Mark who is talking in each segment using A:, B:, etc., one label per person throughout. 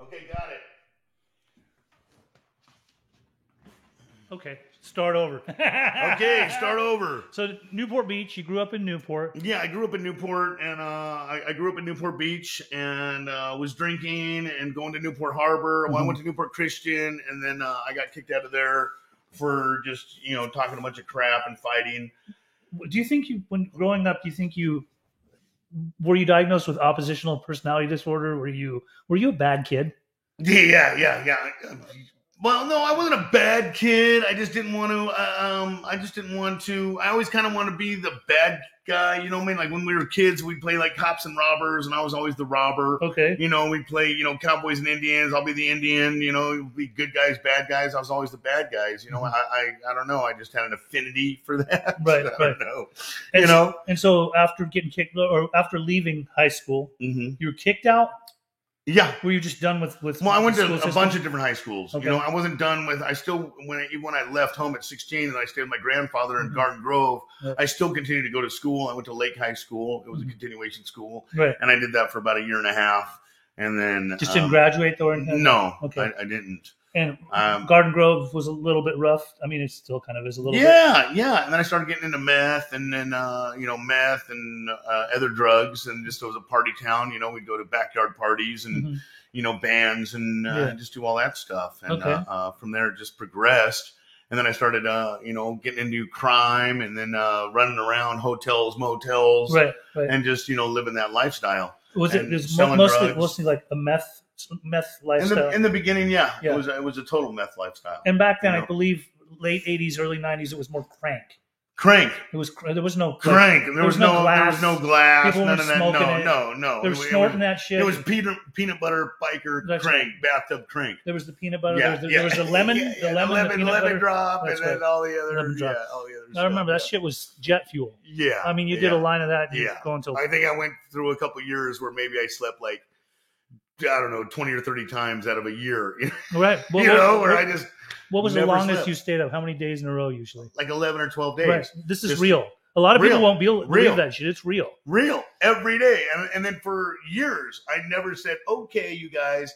A: Okay, got it.
B: Okay, start over.
A: Okay, start over.
B: So Newport Beach, you grew up in Newport.
A: Yeah, I grew up in Newport, and uh, I, I grew up in Newport Beach, and uh, was drinking and going to Newport Harbor. Well, I went to Newport Christian, and then uh, I got kicked out of there for just you know talking a bunch of crap and fighting.
B: Do you think you, when growing up, do you think you were you diagnosed with oppositional personality disorder? Were you were you a bad kid?
A: Yeah, yeah, yeah, yeah. Well, no, I wasn't a bad kid. I just didn't want to. uh, Um, I just didn't want to. I always kind of want to be the bad guy. You know what I mean? Like when we were kids, we'd play like cops and robbers, and I was always the robber.
B: Okay,
A: You know, we play, you know, Cowboys and Indians. I'll be the Indian. You know, we'll be good guys, bad guys. I was always the bad guys. You know, I, I, I don't know. I just had an affinity for that.
B: Mm-hmm. Right,
A: I don't
B: right.
A: know.
B: and,
A: You know.
B: And so after getting kicked or after leaving high school,
A: hmm
B: you were kicked out.
A: Yeah.
B: Were you just done with with?
A: Well, I went to
B: school
A: a
B: system?
A: bunch of different high schools.
B: Okay.
A: You know, I wasn't done with. I still when I, even when I left home at 16 and I stayed with my grandfather in
B: Mhm.
A: Garden Grove.
B: Yeah.
A: I still continued to go to school. I went to Lake High School. It was
B: Mhm.
A: a continuation school,
B: Right.
A: and I did that for about a year and a half, and then
B: Just
A: um,
B: didn't graduate though, and,
A: No,
B: Okay.
A: I, I didn't.
B: and
A: Um,
B: Garden Grove was a little bit rough. I mean, it still kind of is a little. bit.
A: yeah, yeah. And then I started getting into meth, and then uh, you know meth and uh, other drugs, and just it was a party town. You know, we'd go to backyard parties and
B: Mhm.
A: you know bands and uh,
B: Yeah.
A: just do all that stuff. And
B: Okay.
A: uh, uh, from there, it just progressed. And then I started, uh, you know, getting into crime, and then uh, running around hotels, motels,
B: Right. Right.
A: and just you know living that lifestyle.
B: was it
A: and
B: was mo-
A: selling
B: mostly
A: drugs.
B: mostly like a meth meth
A: In
B: lifestyle?
A: the, in the beginning, yeah,
B: Yeah.
A: it was it was a total meth lifestyle.
B: and back then,
A: you
B: I
A: know.
B: believe late '80s, early '90s, it was more crank.
A: Crank,
B: It was cr- there was no like,
A: crank. There,
B: there was
A: was,
B: no
A: no,
B: glass.
A: there was no glass.
B: People
A: none
B: weren't
A: of that.
B: smoking
A: No,
B: it.
A: no, no.
B: They
A: Oh, It
B: were
A: was- it was-
B: snorting that shit.
A: It was peanut peanut butter biker
B: That's
A: crank, bathtub crank.
B: there was the peanut butter.
A: yeah,
B: there, was the,
A: yeah,
B: there was the lemon.
A: yeah,
B: the
A: yeah,
B: lemon.
A: lemon,
B: the peanut
A: lemon
B: butter.
A: drop,
B: That's
A: and then
B: right.
A: all the other,
B: Lemon drop.
A: yeah, all the other.
B: I
A: stuff,
B: remember that
A: yeah.
B: shit was jet fuel.
A: Yeah,
B: I mean, you
A: yeah.
B: did a line of that. Yeah.
A: Yeah.
B: Going to
A: I think I went through a couple years where maybe I slept like I don't know twenty or thirty times out of a year. You
B: right. What, what-
A: know, where
B: what-
A: I just
B: what was the
A: never
B: longest
A: slept.
B: you stayed up? How many days in a row usually?
A: like eleven or twelve days,
B: Right. This is
A: Just-
B: real. A lot of people
A: Real.
B: won't be, believe
A: Real.
B: that shit. It's real.
A: real every day, and and then for years I never said, "Okay, you guys,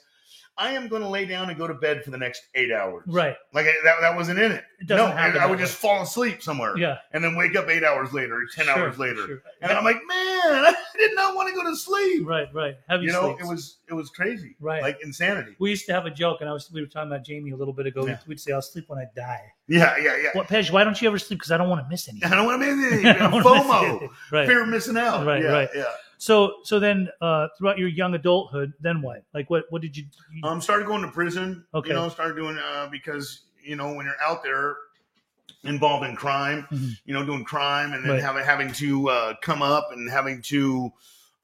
A: I am going to lay down and go to bed for the next eight hours."
B: Right.
A: Like I, that, that wasn't in it.
B: It doesn't
A: no,
B: happen
A: I, I
B: that
A: would
B: way.
A: just fall asleep somewhere,
B: Yeah.
A: and then wake up eight hours later, or ten
B: Sure,
A: hours later,
B: sure.
A: and I'm like, "Man, I did not want to go to sleep."
B: right, right. Heavy
A: You know,
B: sleeps.
A: it was it was crazy,
B: Right.
A: Like insanity.
B: we used to have a joke, and I was we were talking about Jamie a little bit ago.
A: Yeah.
B: We'd say, "I'll sleep when I die."
A: Yeah, yeah, yeah.
B: What, Pej? Why don't you ever sleep? Because I don't want to miss anything.
A: I don't want to miss anything.
B: I don't wanna miss
A: FOMO,
B: anything. Right.
A: fear of missing out.
B: Right,
A: yeah,
B: right.
A: Yeah.
B: So, so then, uh, throughout your young adulthood, then what? Like, what, what did you? you-
A: Um, started going to prison.
B: Okay.
A: You know, started doing uh, because you know when you're out there involved in crime,
B: Mhm.
A: you know, doing crime and then
B: Right.
A: having having to uh, come up and having to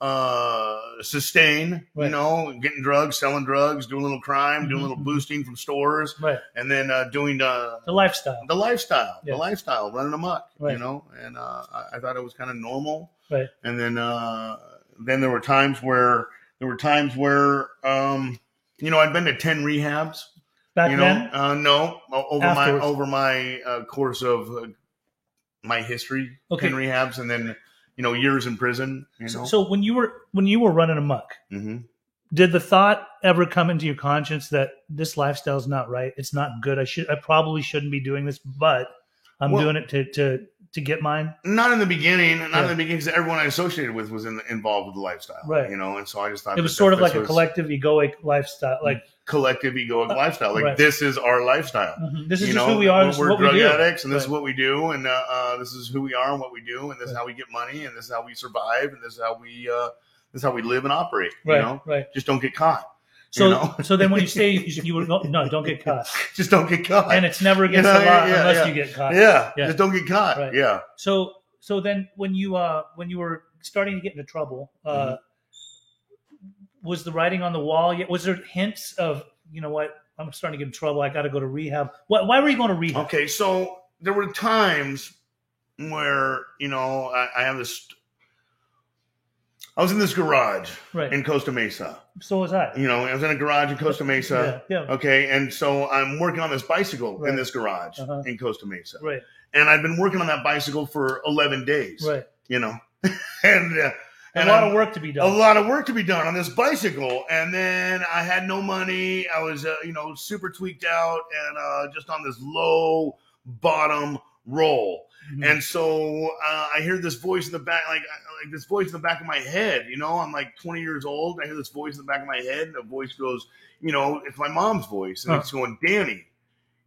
A: uh sustain
B: Right.
A: you know getting drugs selling drugs doing a little crime doing a little
B: Mhm.
A: boosting from stores
B: right,
A: and then uh doing uh
B: the lifestyle.
A: the lifestyle,
B: Yeah.
A: the lifestyle, running amok,
B: Right.
A: you know. And uh, I, I thought it was kind of normal.
B: Right.
A: And then uh, then there were times where there were times where um, you know I'd been to ten rehabs.
B: Back
A: you know,
B: then,
A: uh, no, o- over
B: Afterwards.
A: my over my uh, course of uh, my history,
B: Okay.
A: ten rehabs, and then you know years in prison. You know.
B: so, so when you were when you were running amok,
A: hmm
B: did the thought ever come into your conscience that this lifestyle is not right? It's not good. I should, I probably shouldn't be doing this, but I'm
A: Well-
B: doing it to to to get mine.
A: Not in the beginning, not
B: Yeah.
A: in the beginning, because everyone I associated with was in, involved with the lifestyle,
B: Right.
A: You know, and so I just thought
B: It
A: that
B: was sort of
A: this
B: like a
A: was
B: collective egoic lifestyle. Like
A: collective egoic lifestyle. Like
B: Uh, right.
A: this is our lifestyle.
B: mhm, this is
A: Mm-hmm. you
B: just
A: know,
B: who we are.
A: we're-
B: This is
A: we're
B: what we
A: drug
B: do.
A: addicts, and this is
B: Right.
A: what we do, and uh, uh, this is who we are and what we do, and this is
B: Right.
A: how we get money, and this is how we survive, and this is how we uh, this is how we live and operate.
B: Right,
A: You know,
B: right.
A: just don't get caught.
B: So,
A: you know?
B: so then when you say you, you were no, no, don't get caught,
A: Just don't get caught.
B: and it's never against
A: know,
B: the law
A: yeah, yeah,
B: unless
A: yeah.
B: you get caught.
A: yeah,
B: Yeah.
A: just don't get caught.
B: Right.
A: Yeah,
B: So, so then when you uh when you were starting to get into trouble, uh,
A: Mm-hmm.
B: was the writing on the wall yet? Was there hints of you know what? I'm starting to get in trouble. I got to go to rehab. Why, why were you going to rehab?
A: Okay, so there were times where you know I, I have this. I was in this garage
B: Right.
A: in Costa Mesa.
B: so was I.
A: You know, I was in a garage in Costa Mesa.
B: yeah. yeah.
A: Okay, and so I'm working on this bicycle
B: Right.
A: in this garage
B: Uh-huh.
A: in Costa Mesa,
B: Right.
A: and I've been working on that bicycle for 11 days.
B: Right.
A: You know, and uh,
B: a
A: And
B: lot
A: I'm-
B: of work to be
A: a
B: done.
A: lot of work to be done on this bicycle. And then I had no money. I was, uh, you know, super tweaked out and uh, just on this low bottom roll.
B: Mhm.
A: And so uh, I hear this voice in the back, like uh, like this voice in the back of my head. You know, I'm like 20 years old. I hear this voice in the back of my head, and the voice goes, you know, it's my mom's voice, and
B: Huh.
A: it's going, Danny,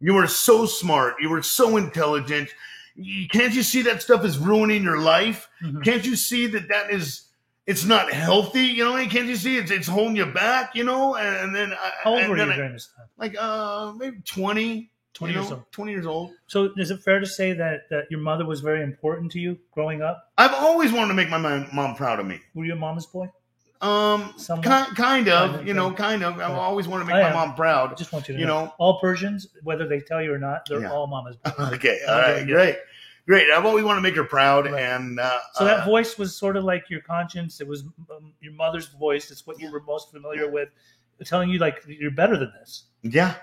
A: you are so smart. You are so intelligent. You- Can't you see that stuff is ruining your life?
B: Mhm.
A: Can't you see that that is it's not healthy? You know, can't you see it's it's holding you back? You know, and, then I,
B: How old
A: and
B: were you
A: then I-
B: during this time?
A: like uh maybe twenty.
B: 20
A: you
B: years
A: know,
B: old.
A: Twenty years old.
B: So is it fair to say that, that your mother was very important to you growing up?
A: I've always wanted to make my mom, mom proud of me.
B: Were you a mama's boy?
A: Um,
B: Somewhat.
A: kind, kind
B: Kind
A: of,
B: of,
A: you know,
B: yeah.
A: kind of. I've
B: Yeah.
A: always wanted to
B: I
A: make my
B: am.
A: mom
B: I
A: proud.
B: just want you to
A: You
B: know.
A: know.
B: All Persians, whether they tell you or not, they're
A: Yeah.
B: all mama's boys.
A: Okay,
B: Yeah,
A: all
B: yeah,
A: right,
B: yeah.
A: great, great. I've always wanted to make her proud,
B: Right.
A: and uh,
B: So that
A: uh,
B: voice was sort of like your conscience. It was um, your mother's voice. It's what you were most familiar with, telling you like you're better than this.
A: Yeah.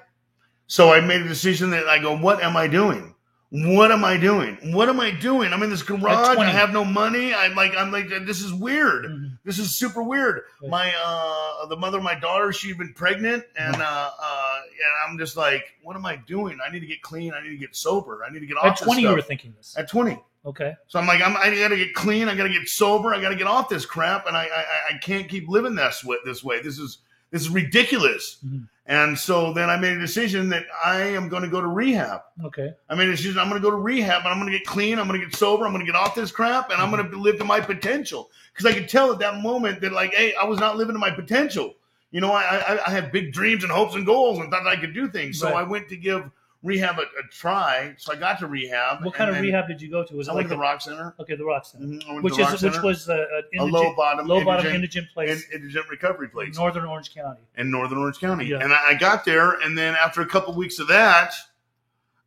A: So I made a decision that I go, what am I doing? What am I doing? What am I doing? I'm in this garage.
B: 20.
A: I have no money. I'm like, I'm like, uh, this is weird.
B: Mm-hmm.
A: This is super weird.
B: Mm. Right.
A: My uh, the mother of my daughter, she'd been pregnant,
B: Mm.
A: and uh, uh, and I'm just like, what am I doing? I need to get clean. I need to get sober. I need to get off.
B: At
A: this
B: 20, you
A: stuff.
B: were thinking this.
A: at twenty.
B: Okay.
A: So I'm like, I'm, I gotta get clean. I gotta get sober. I gotta get off this crap, and I I, I- I can't keep living this way. This way, this is this is ridiculous.
B: Mhm.
A: And so then I made a decision that I am going to go to rehab.
B: Okay.
A: I made a decision I'm going to go to rehab, and I'm going to get clean. I'm going to get sober. I'm going to get off this crap, and I'm going
B: Mm-hmm.
A: to live to my potential. Because I could tell at that moment that like, hey, I was not living to my potential. You know, I I, I had big dreams and hopes and goals, and thought I could do things. So
B: Right.
A: I went to give rehab a, a try. So I got to rehab.
B: What kind
A: and
B: of
A: then
B: rehab did you go to? Was
A: I
B: it
A: went
B: like
A: to the Rock Center.
B: A, okay, the Rock Center,
A: Mhm, I went to
B: which
A: the
B: is
A: Rock
B: which
A: Center.
B: was a, an
A: a
B: indigent,
A: low bottom,
B: low bottom
A: indigent,
B: indigent place
A: in- indigent recovery
B: in
A: place
B: northern Orange County.
A: in Northern Orange County.
B: Yeah.
A: And I, I got there, and then after a couple weeks of that,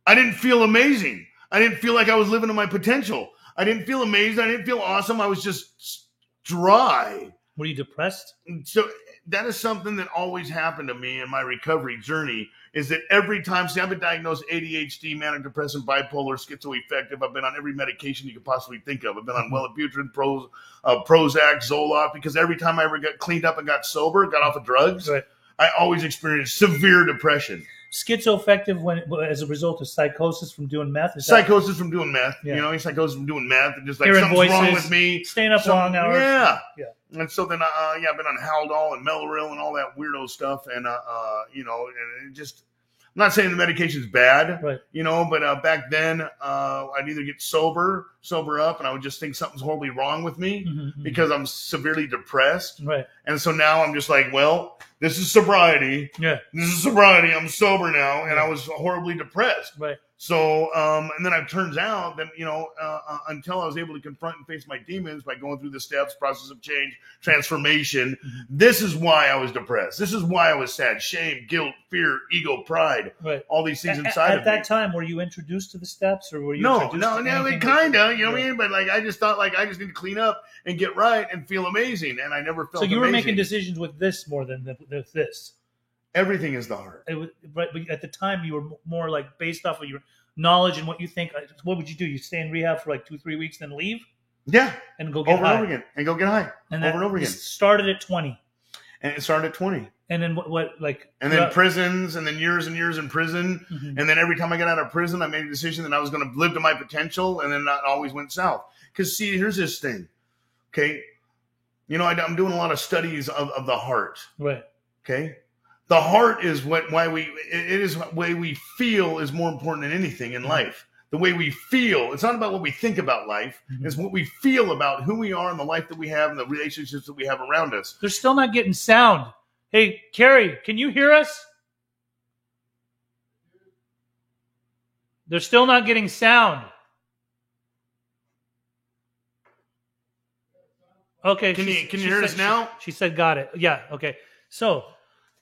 A: I didn't feel amazing. I didn't feel like I was living to my potential. I didn't feel amazed. I didn't feel awesome. I was just dry.
B: Were you depressed?
A: And So that is something that always happened to me in my recovery journey. Is that every time? See, I've been diagnosed ADHD, manic depressive, bipolar, schizoaffective. I've been on every medication you could possibly think of. I've been on
B: Mm-hmm.
A: Wellbutrin, Proz, uh, Prozac, Zoloft. Because every time I ever got cleaned up and got sober, got off of drugs,
B: Right.
A: I always experienced severe depression,
B: Schizoaffective when as a result of psychosis from doing meth. Is that-
A: psychosis from doing meth.
B: Yeah.
A: You know, psychosis from doing meth, and just like
B: Hearing
A: something's wrong
B: voices,
A: with me.
B: staying up
A: Some-
B: long hours.
A: Yeah.
B: Yeah.
A: And so then, uh, yeah, I've been on Haldol and Melaril and all that weirdo stuff, and uh, uh, you know, and it just. I'm not saying the medication's bad,
B: Right.
A: you know, but uh, back then uh, I'd either get sober, sober up, and I would just think something's horribly wrong with me
B: Mhm, mhm.
A: because I'm severely depressed.
B: right.
A: And so now I'm just like, well, this is sobriety.
B: Yeah.
A: This is sobriety. I'm sober now, and I was horribly depressed.
B: Right.
A: So, um, and then it turns out that, you know, uh, uh, until I was able to confront and face my demons by going through the steps, process of change, transformation,
B: Mhm.
A: this is why I was depressed. This is why I was sad. Shame, guilt, fear, ego, pride,
B: Right.
A: all these things
B: At-
A: inside
B: at
A: of
B: that
A: me.
B: time, were you introduced to the steps, or were you
A: No,
B: introduced
A: no,
B: to
A: no,
B: anything that-
A: kind of, you know what I
B: Yeah.
A: mean? But like, I just thought, like, I just need to clean up and get right and feel amazing. And I never felt
B: So you were
A: amazing.
B: making decisions with this more than the, the, this.
A: Everything is the heart.
B: It was, but but at the time, you were m- more like based off of your knowledge and what you think. like, What would you do? You stay in rehab for like two, three weeks, then leave
A: Yeah.
B: and go get
A: Over
B: high.
A: and over again. And go get high.
B: And
A: over and over again.
B: Started at twenty,
A: And it started at 20.
B: and then what? what like
A: And then
B: throughout-
A: prisons, and then years and years in prison.
B: Mhm.
A: And then every time I got out of prison, I made a decision that I was going to live to my potential, and then that always went south. Because see, here's this thing, okay? You know, I, am doing a lot of studies of, of the heart.
B: right.
A: Okay, the heart is what why we it it is what way we feel is more important than anything in
B: Mhm.
A: life. The way we feel, it's not about what we think about life.
B: Mhm.
A: It's what we feel about who we are and the life that we have and the relationships that we have around us.
B: They're still not getting sound. Hey, Carrie, can you hear us? They're still not getting sound. Okay.
A: Can
B: she-
A: you- can
B: she
A: you hear
B: said-
A: us now?
B: She, she said, "Got it." Yeah. Okay. So,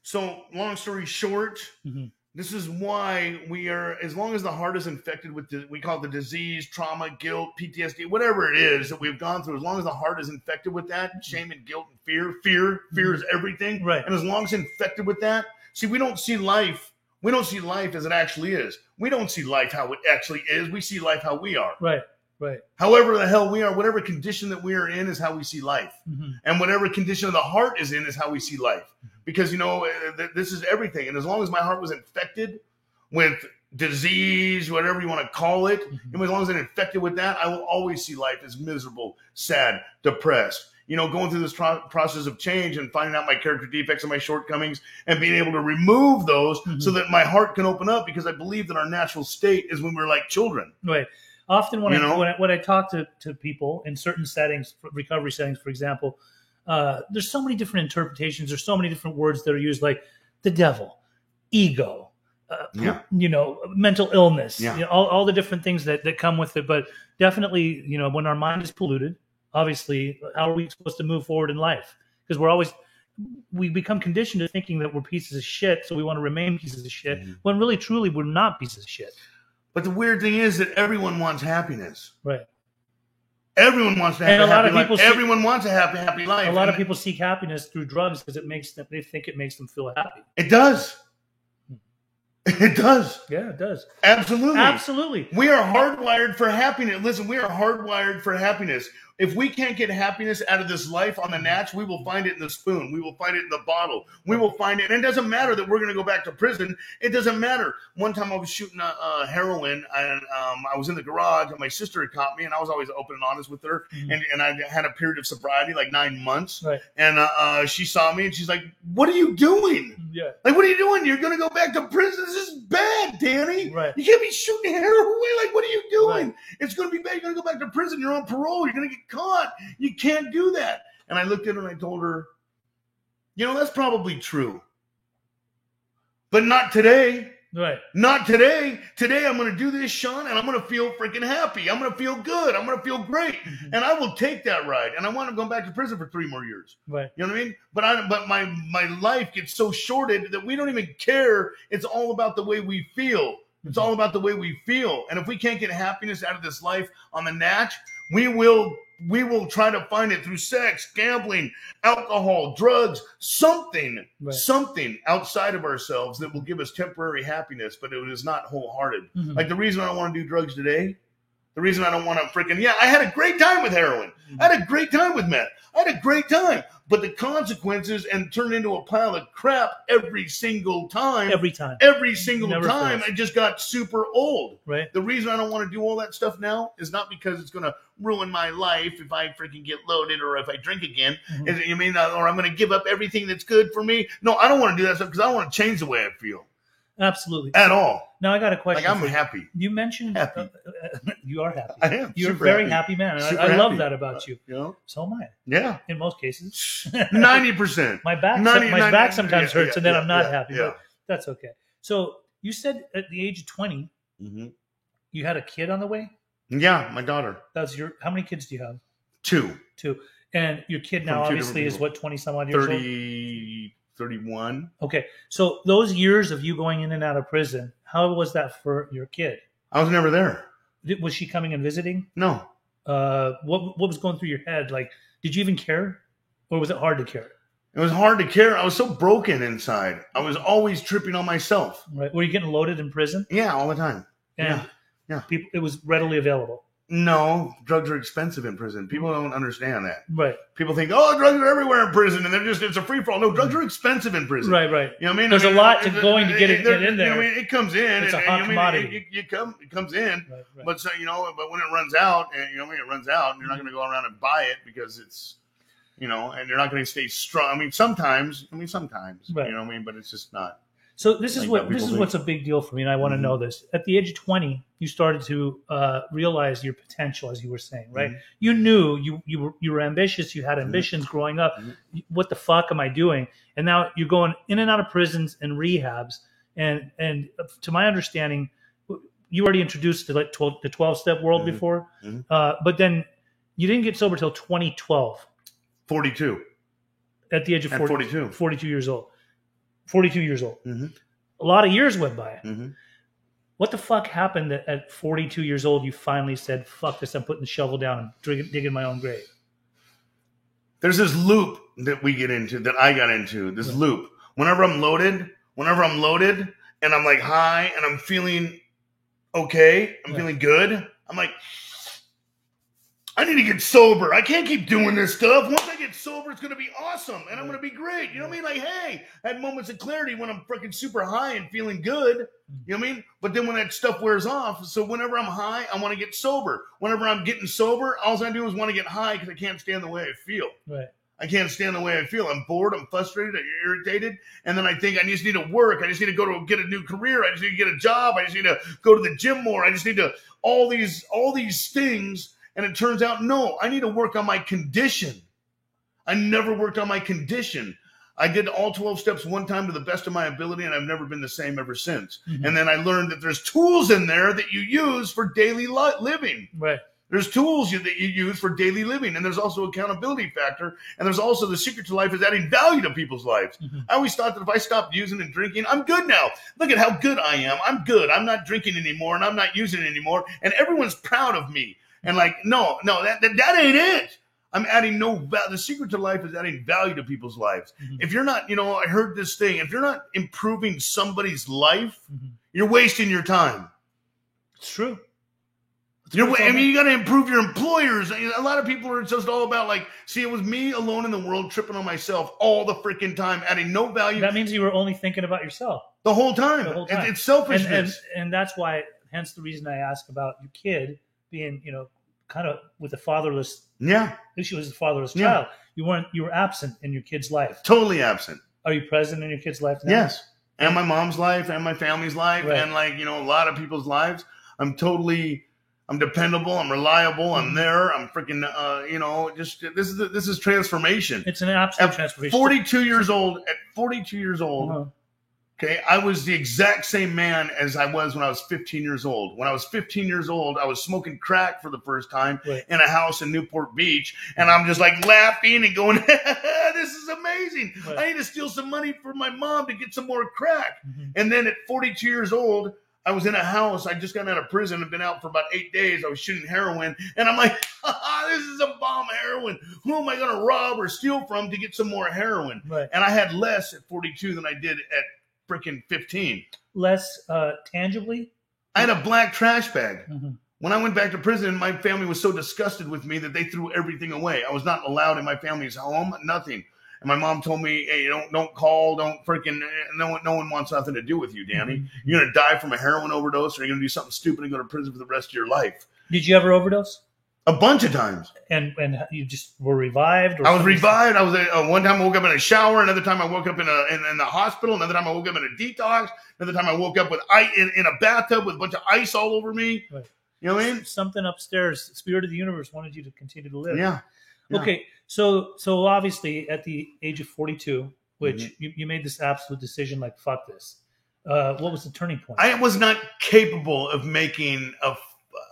A: So, long story short,
B: Mhm.
A: this is why we are. As long as the heart is infected with, di- we call it the disease, trauma, guilt, PTSD, whatever it is that we've gone through. As long as the heart is infected with that, shame and guilt and fear, fear, fear is everything.
B: Right.
A: And as long as infected with that, see, we don't see life. We don't see life as it actually is. We don't see life how it actually is. We see life how we are.
B: right. Right.
A: However, the hell we are, whatever condition that we are in is how we see life.
B: hmm
A: And whatever condition of the heart is in is how we see life. Because, you know, uh, th- this is everything. And as long as my heart was infected with disease, whatever you want to call it, and as long as I'm infected with that, I will always see life as miserable, sad, depressed. You know, going through this tro- process of change and finding out my character defects and my shortcomings and being able to remove those
B: Mhm.
A: so that my heart can open up because I believe that our natural state is when we're like children.
B: Right. Often when
A: You
B: I,
A: know?
B: when I when I talk to, to people in certain settings, recovery settings, for example, uh, there's so many different interpretations. There's so many different words that are used, like the devil, ego, uh,
A: Yeah.
B: you know, mental illness,
A: Yeah.
B: you know, all all the different things that that come with it. But definitely, you know, when our mind is polluted, obviously, how are we supposed to move forward in life? Because we're always we become conditioned to thinking that we're pieces of shit, so we want to remain pieces of shit.
A: Mhm.
B: When really, truly, we're not pieces of shit.
A: But the weird thing is that everyone wants happiness.
B: Right.
A: Everyone wants to have
B: And
A: a,
B: a lot
A: happy
B: of people
A: life.
B: see-
A: Everyone wants a happy, happy life.
B: a lot of
A: And
B: people seek happiness through drugs because it makes them they think it makes them feel happy
A: It does. It does.
B: yeah it does
A: Absolutely.
B: absolutely
A: We are hardwired for happiness. Listen, we are hardwired for happiness. If we can't get happiness out of this life on the natch, we will find it in the spoon. We will find it in the bottle. We will find it. And it doesn't matter that we're going to go back to prison. It doesn't matter. One time I was shooting uh, uh, heroin and um, I was in the garage and my sister had caught me and I was always open and honest with her.
B: Mhm.
A: And, and I had a period of sobriety, like nine months.
B: Right.
A: And uh, uh, she saw me and she's like, What are you doing?
B: yeah
A: Like, what are you doing? You're gonna go back to prison. This is bad, Danny.
B: Right.
A: You can't be shooting hair away. Like, what are you doing?
B: Right.
A: It's gonna be bad. You're gonna go back to prison. You're on parole. You're gonna get caught. You can't do that. And I looked at her and I told her, you know, that's probably true. But not today.
B: right
A: Not today. Today I'm gonna do this, Sean, and I'm gonna feel freaking happy. I'm gonna feel good. I'm gonna feel great. And I will take that ride. And I want to go back to prison for three more years.
B: right
A: You know what I mean? But I but my my life gets so shorted that we don't even care. It's all about the way we feel. It's all about the way we feel. And if we can't get happiness out of this life on the natch, we will we will try to find it through sex, gambling, alcohol, drugs, something,
B: Right.
A: something outside of ourselves that will give us temporary happiness, but it is not wholehearted.
B: Mhm.
A: Like the reason I don't want to do drugs today, the reason I don't want to freaking yeah, I had a great time with heroin. I had a great time with meth. I had a great time, but the consequences and turn into a pile of crap every single time. Every,
B: every time
A: single
B: Never
A: time,
B: fails.
A: I just got super old.
B: right
A: The reason I don't want to do all that stuff now is not because it's going to ruin my life if I freaking get loaded or if I drink again.
B: Mhm.
A: Is it- You mean, uh, or I'm going to give up everything that's good for me? No, I don't want to do that stuff because I want to change the way I feel
B: absolutely
A: at all.
B: now i got a
A: Like
B: question
A: I'm
B: for you.
A: happy.
B: you mentioned
A: Happy.
B: uh, uh, you are happy
A: I am.
B: you're a
A: super
B: very happy, man and
A: Super
B: I, I love
A: happy.
B: that about you
A: You know?
B: so am i
A: Yeah.
B: in most cases
A: Ninety percent.
B: my back
A: Ninety.
B: my
A: 90
B: back sometimes
A: yeah,
B: hurts
A: yeah,
B: and then
A: yeah,
B: i'm not
A: yeah,
B: happy
A: Yeah.
B: but that's okay so you said at the age of 20
A: Mhm.
B: you had a kid on the way
A: Yeah, my daughter.
B: that's your how many kids do you have
A: Two.
B: too. And your kid
A: From
B: now
A: two
B: obviously
A: different
B: is what twenty some odd years old.
A: 30, 31.
B: Okay, so those years of you going in and out of prison, how was that for your kid?
A: I was never there.
B: Did- Was she coming and visiting?
A: No.
B: Uh, what what was going through your head? Like, did you even care, or was it hard to care?
A: It was hard to care. I was so broken inside. I was always tripping on myself.
B: Right? Were you getting loaded in prison?
A: Yeah, all the time.
B: And
A: Yeah, yeah.
B: People, it was readily available.
A: No, drugs are expensive in prison. People don't understand that.
B: Right,
A: People think, oh, drugs are everywhere in prison, and they're just it's a free for all. No, drugs are expensive in prison.
B: right, right.
A: You know what I mean?
B: There's
A: I
B: a
A: mean,
B: lot to
A: it-
B: going to get it-
A: it- there-
B: get in
A: You know what I
B: there.
A: mean? It comes in.
B: It's
A: and-
B: a hot
A: and, you know what I mean?
B: commodity.
A: It, it- you come, it comes in.
B: right, right.
A: But so you know, but when it runs out, and you know, when it runs out, and you're not
B: Mm-hmm.
A: going to go around and buy it because it's, you know, and you're not going to stay strong. I mean, sometimes, I mean, sometimes,
B: Right.
A: you know, what I mean, but it's just not.
B: So this is
A: Like
B: what
A: what
B: this
A: people
B: is
A: do.
B: what's a big deal for me, and I want
A: Mhm.
B: to know this. At the age of twenty, you started to uh, realize your potential, as you were saying, right?
A: Mhm.
B: You knew you you were you were ambitious. You
A: Mm-hmm.
B: had ambitions growing up.
A: Mhm.
B: What the fuck am I doing? And now you're going in and out of prisons and rehabs, and and uh, to my understanding, you already introduced the like twelve the twelve step world
A: Mhm.
B: before,
A: Mhm.
B: Uh, but then you didn't get sober till twenty twelve
A: Forty-two.
B: at the age of
A: At
B: 40,
A: 42.
B: 42 years old. Forty two years old.
A: Mhm.
B: A lot of years went by.
A: Mm-hmm.
B: What the fuck happened that at 42 years old you finally said, fuck this, I'm putting the shovel down and dig- digging my own grave?
A: There's this loop that we get into, that I got into. This loop. Whenever I'm loaded, whenever I'm loaded, and I'm like high, and I'm feeling okay, I'm
B: Yeah.
A: feeling good. I'm like, I need to get sober. I can't keep doing this stuff. Once I get sober, it's going to be awesome and I'm going to be great. You know what I mean? Like, hey, I had moments of clarity when I'm fucking super high and feeling good. You know what I mean? But then when that stuff wears off, so whenever I'm high, I want to get sober. Whenever I'm getting sober, all I do is want to get high because I can't stand the way I feel.
B: Right.
A: I can't stand the way I feel. I'm bored. I'm frustrated. I'm irritated. And then I think I just need to work. I just need to go to get a new career. I just need to get a job. I just need to go to the gym more. I just need to all these all these things. And it turns out no, I need to work on my condition. I never worked on my condition. I did all 12 steps one time to the best of my ability, and I've never been the same ever since.
B: Mhm.
A: And then I learned that there's tools in there that you use for daily li- living.
B: Right.
A: There's tools you, that you use for daily living, and there's also accountability factor, and there's also the secret to life is adding value to people's lives.
B: Mhm.
A: I always thought that if I stopped using and drinking, I'm good now. Look at how good I am. I'm good. I'm not drinking anymore, and I'm not using anymore, and everyone's proud of me. And like, no, no, that that, that ain't it. I'm adding no value. The secret to life is adding value to people's lives.
B: Mhm.
A: If you're not, you know, I heard this thing. If you're not improving somebody's life,
B: Mhm.
A: you're wasting your time.
B: It's true.
A: You're,
B: It's all
A: I mean, you got to improve your employers. I mean, A lot of people are just all about like, see, it was me alone in the world, tripping on myself all the freaking time, adding no value
B: That means you were only thinking about yourself.
A: the whole time.
B: The whole
A: It-
B: time.
A: it's
B: and,
A: selfishness.
B: and and that's why hence the reason i ask about your kid being you know kind of with a fatherless
A: yeah,
B: issue as a fatherless
A: Yeah.
B: child you weren't you were absent in your kid's life
A: totally absent.
B: are you present in your kid's life now
A: Yes, and my mom's life, and my family's life,
B: Right.
A: and like you know, a lot of people's lives. I'm totally, I'm dependable. I'm reliable.
B: Mm-hmm.
A: I'm there. I'm freaking, uh, you know, just this is this is transformation.
B: it's an absolute
A: At
B: transformation
A: 42 years old. At 42 years old.
B: Uh-huh.
A: Okay, I was the exact same man as I was when I was 15 years old. When I was 15 years old, I was smoking crack for the first time
B: Right.
A: in a house in Newport Beach, and I'm just like laughing and going, "This is amazing!
B: Right.
A: I need to steal some money from my mom to get some more crack."
B: Mhm.
A: And then at 42 years old, I was in a house. I just got out of prison and been out for about eight days. I was shooting heroin, and I'm like, "This is a bomb heroin. Who am I going to rob or steal from to get some more heroin?"
B: right
A: and I had less at 42 than I did at freaking 15.
B: less uh tangibly
A: I had a black trash bag.
B: Mhm.
A: When I went back to prison, my family was so disgusted with me that they threw everything away. I was not allowed in my family's home, nothing. And my mom told me, "Hey, don't don't call, don't freaking no one no one wants nothing to do with you, Danny.
B: Mhm.
A: You're gonna die from a heroin overdose, or you're gonna do something stupid and go to prison for the rest of your life."
B: did you ever overdose
A: A bunch of times.
B: and and you just were revived
A: I
B: or
A: was
B: something?
A: revived. I was uh, one time I woke up in a shower. Another time I woke up in a in, in the hospital. Another time I woke up in a detox. Another time I woke up with ice in, in a bathtub with a bunch of ice all over me.
B: Right.
A: You know what I mean?
B: something upstairs spirit of the universe wanted you to continue to live
A: Yeah. Yeah.
B: Okay, so so obviously at the age of forty two, which
A: Mm-hmm.
B: you, you made this absolute decision, like fuck this. Uh, what was the turning point?
A: I was not capable of making a, uh,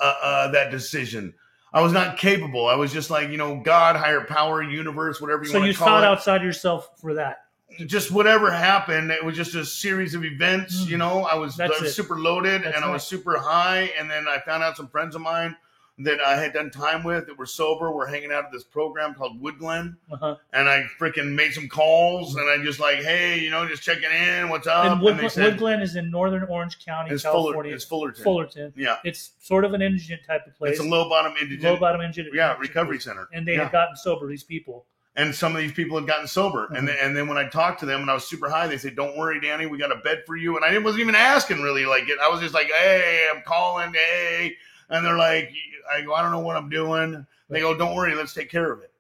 A: uh, that decision. I was not capable. I was just like you know, God, higher power, universe, whatever you
B: so
A: want
B: you
A: to call
B: sought
A: it.
B: outside yourself for that.
A: just whatever happened, it was just a series of events. You know, I was, I
B: Mm-hmm. That's
A: was
B: it.
A: super loaded
B: That's
A: and I was
B: right.
A: super high. And then I found out some friends of mine that I had done time with that were sober were hanging out at this program called Wood Glen.
B: Uh-huh.
A: And I freaking made some calls and I just like, hey, you know, just checking in, what's up?
B: and Wood,
A: they said,
B: Wood Glen is in northern Orange County,
A: it's, Fuller,
B: California.
A: it's Fullerton.
B: Fullerton.
A: Yeah.
B: It's sort of an indigent type of place.
A: It's a low bottom indigent.
B: Low bottom indigent.
A: yeah, recovery center.
B: And they
A: yeah.
B: had gotten sober. These people.
A: and some of these people had gotten sober. And then, and then when I talked to them and I was super high, they said, "Don't worry, Danny, we got a bed for you." And I didn't- wasn't even asking really. Like it, I was just like, "Hey, I'm calling, hey," and they're like, "I go, I don't know what I'm doing." They go, "Don't worry, let's take care of it."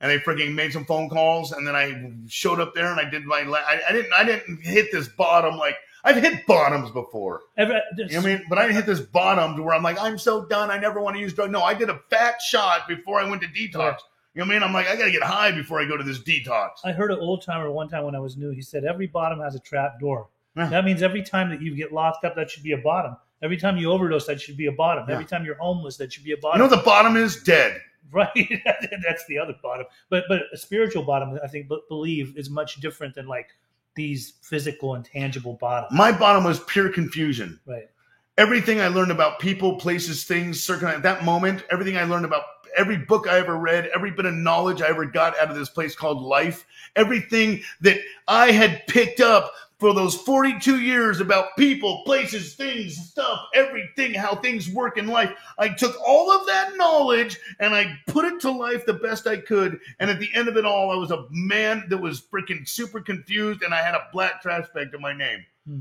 A: And they freaking made some phone calls, and then I showed up there and I did my. La- I, I didn't. I didn't hit this bottom like I've hit bottoms before.
B: Every,
A: You know what I mean, but I didn't hit this bottom to where I'm like, I'm so done. I never want to use drugs. No, I did a fat shot before I went to detox.
B: Right.
A: You know what I mean? I'm like, I gotta get high before I go to this detox.
B: I heard an old timer one time when I was new. He said every bottom has a trap door.
A: Yeah.
B: That means every time that you get locked up, that should be a bottom. Every time you overdose, that should be a bottom. Every time you're homeless, that should be a
A: You
B: bottom.
A: know, the bottom is dead.
B: right? That's the other bottom. But but a spiritual bottom, I think, but believe is much different than like these physical and tangible bottoms.
A: My bottom was pure confusion.
B: Right.
A: Everything I learned about people, places, things, circum at that moment, everything I learned about every book I ever read, every bit of knowledge I ever got out of this place called life, everything that I had picked up for those 42 years about people, places, things, stuff, everything, how things work in life. I took all of that knowledge and I put it to life the best I could. And at the end of it all, I was a man that was freaking super confused and I had a black trash bag to my name.
B: Hmm.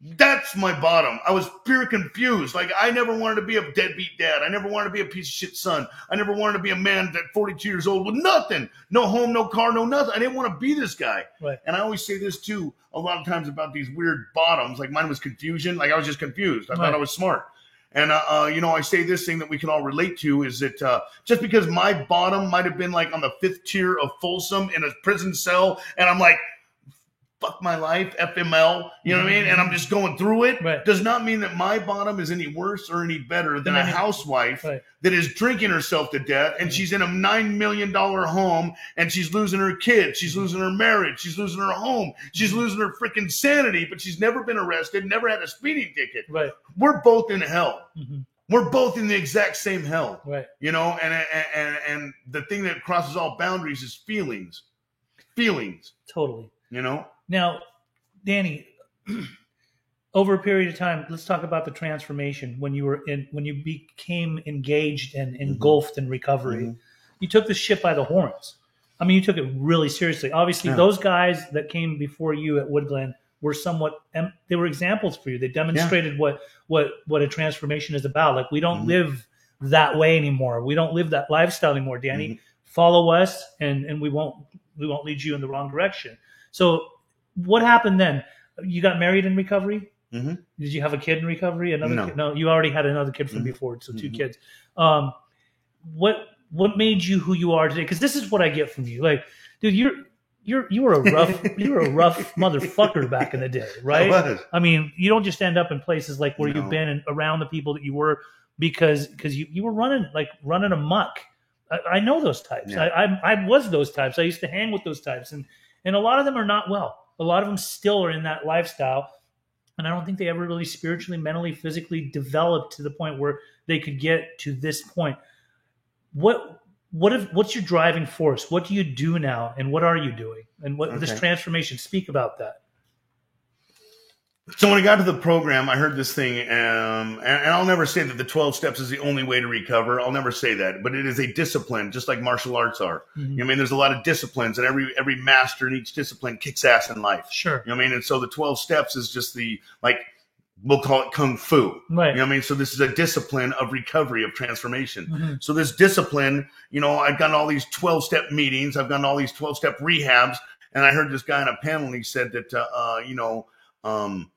A: That's my bottom. I was pure confused. Like I never wanted to be a deadbeat dad. I never wanted to be a piece of shit son. I never wanted to be a man that 42 years old with nothing, no home, no car, no nothing. I didn't want to be this guy.
B: Right.
A: And I always say this too a lot of times about these weird bottoms. Like mine was confusion. Like I was just confused. I thought
B: Right.
A: I was smart. And uh, uh, you know, I say this thing that we can all relate to is that uh, just because my bottom might have been like on the fifth tier of Folsom in a prison cell, and I'm like, fuck my life, FML, you know what I mean? And I'm just going through it
B: Right.
A: does not mean that my bottom is any worse or any better than a
B: Right.
A: housewife
B: Right.
A: that is drinking herself to death and
B: Mhm.
A: she's in a $9 million home and she's losing her kids. She's losing her marriage. She's losing her home. She's losing her freaking sanity, but she's never been arrested, never had a speeding ticket.
B: Right.
A: We're both in hell.
B: Mhm.
A: We're both in the exact same hell,
B: Right.
A: you know? And, and, and, and the thing that crosses all boundaries is feelings. Feelings,
B: Totally.
A: you know?
B: Now, Danny, over a period of time, let's talk about the transformation when you were in when you became engaged and engulfed in recovery. You took the ship by the horns. I mean, you took it really seriously. Obviously,
A: Yeah.
B: those guys that came before you at Wood Glen were somewhat em- they were examples for you. They demonstrated what what what a transformation is about. Like we don't
A: Mhm.
B: live that way anymore. We don't live that lifestyle anymore, Danny.
A: Mm-hmm.
B: Follow us and and we won't we won't lead you in the wrong direction. So what happened then? You got married in recovery.
A: Mhm.
B: Did you have a kid in recovery? Another
A: No.
B: kid? no. You already had another kid from
A: Mhm.
B: before, so 2
A: Mhm.
B: kids. Um, what what made you who you are today? Because this is what I get from you, like, dude, you're you're you were a rough you were a rough motherfucker back in the day, right?
A: I was.
B: I mean, you don't just end up in places like where you've
A: No.
B: been and around the people that you were because because you, you were running like running amok. I, I know those types.
A: Yeah.
B: I, I I was those types. I used to hang with those types, and and a lot of them are not well. A lot of them still are in that lifestyle, and I don't think they ever really spiritually, mentally, physically developed to the point where they could get to this point. What what if what's your driving force? What do you do now, and what are you doing? And what this
A: Okay.
B: transformation? Speak about that.
A: So when I got to the program, I heard this thing, um, and, and I'll never say that the 12 steps is the only way to recover. I'll never say that, but it is a discipline, just like martial arts are. You know what I mean, there's a lot of disciplines, and every every master in each discipline kicks ass in life.
B: Sure.
A: You know what I mean? And so the 12 steps is just the like we'll call it kung fu.
B: Right.
A: You know what I mean? So this is a discipline of recovery, of transformation.
B: Mhm.
A: So this discipline, you know, I've gotten all these 12 step meetings, I've gotten all these 12 step rehabs. And I heard this guy on a panel and he said that, uh, uh, you know, um,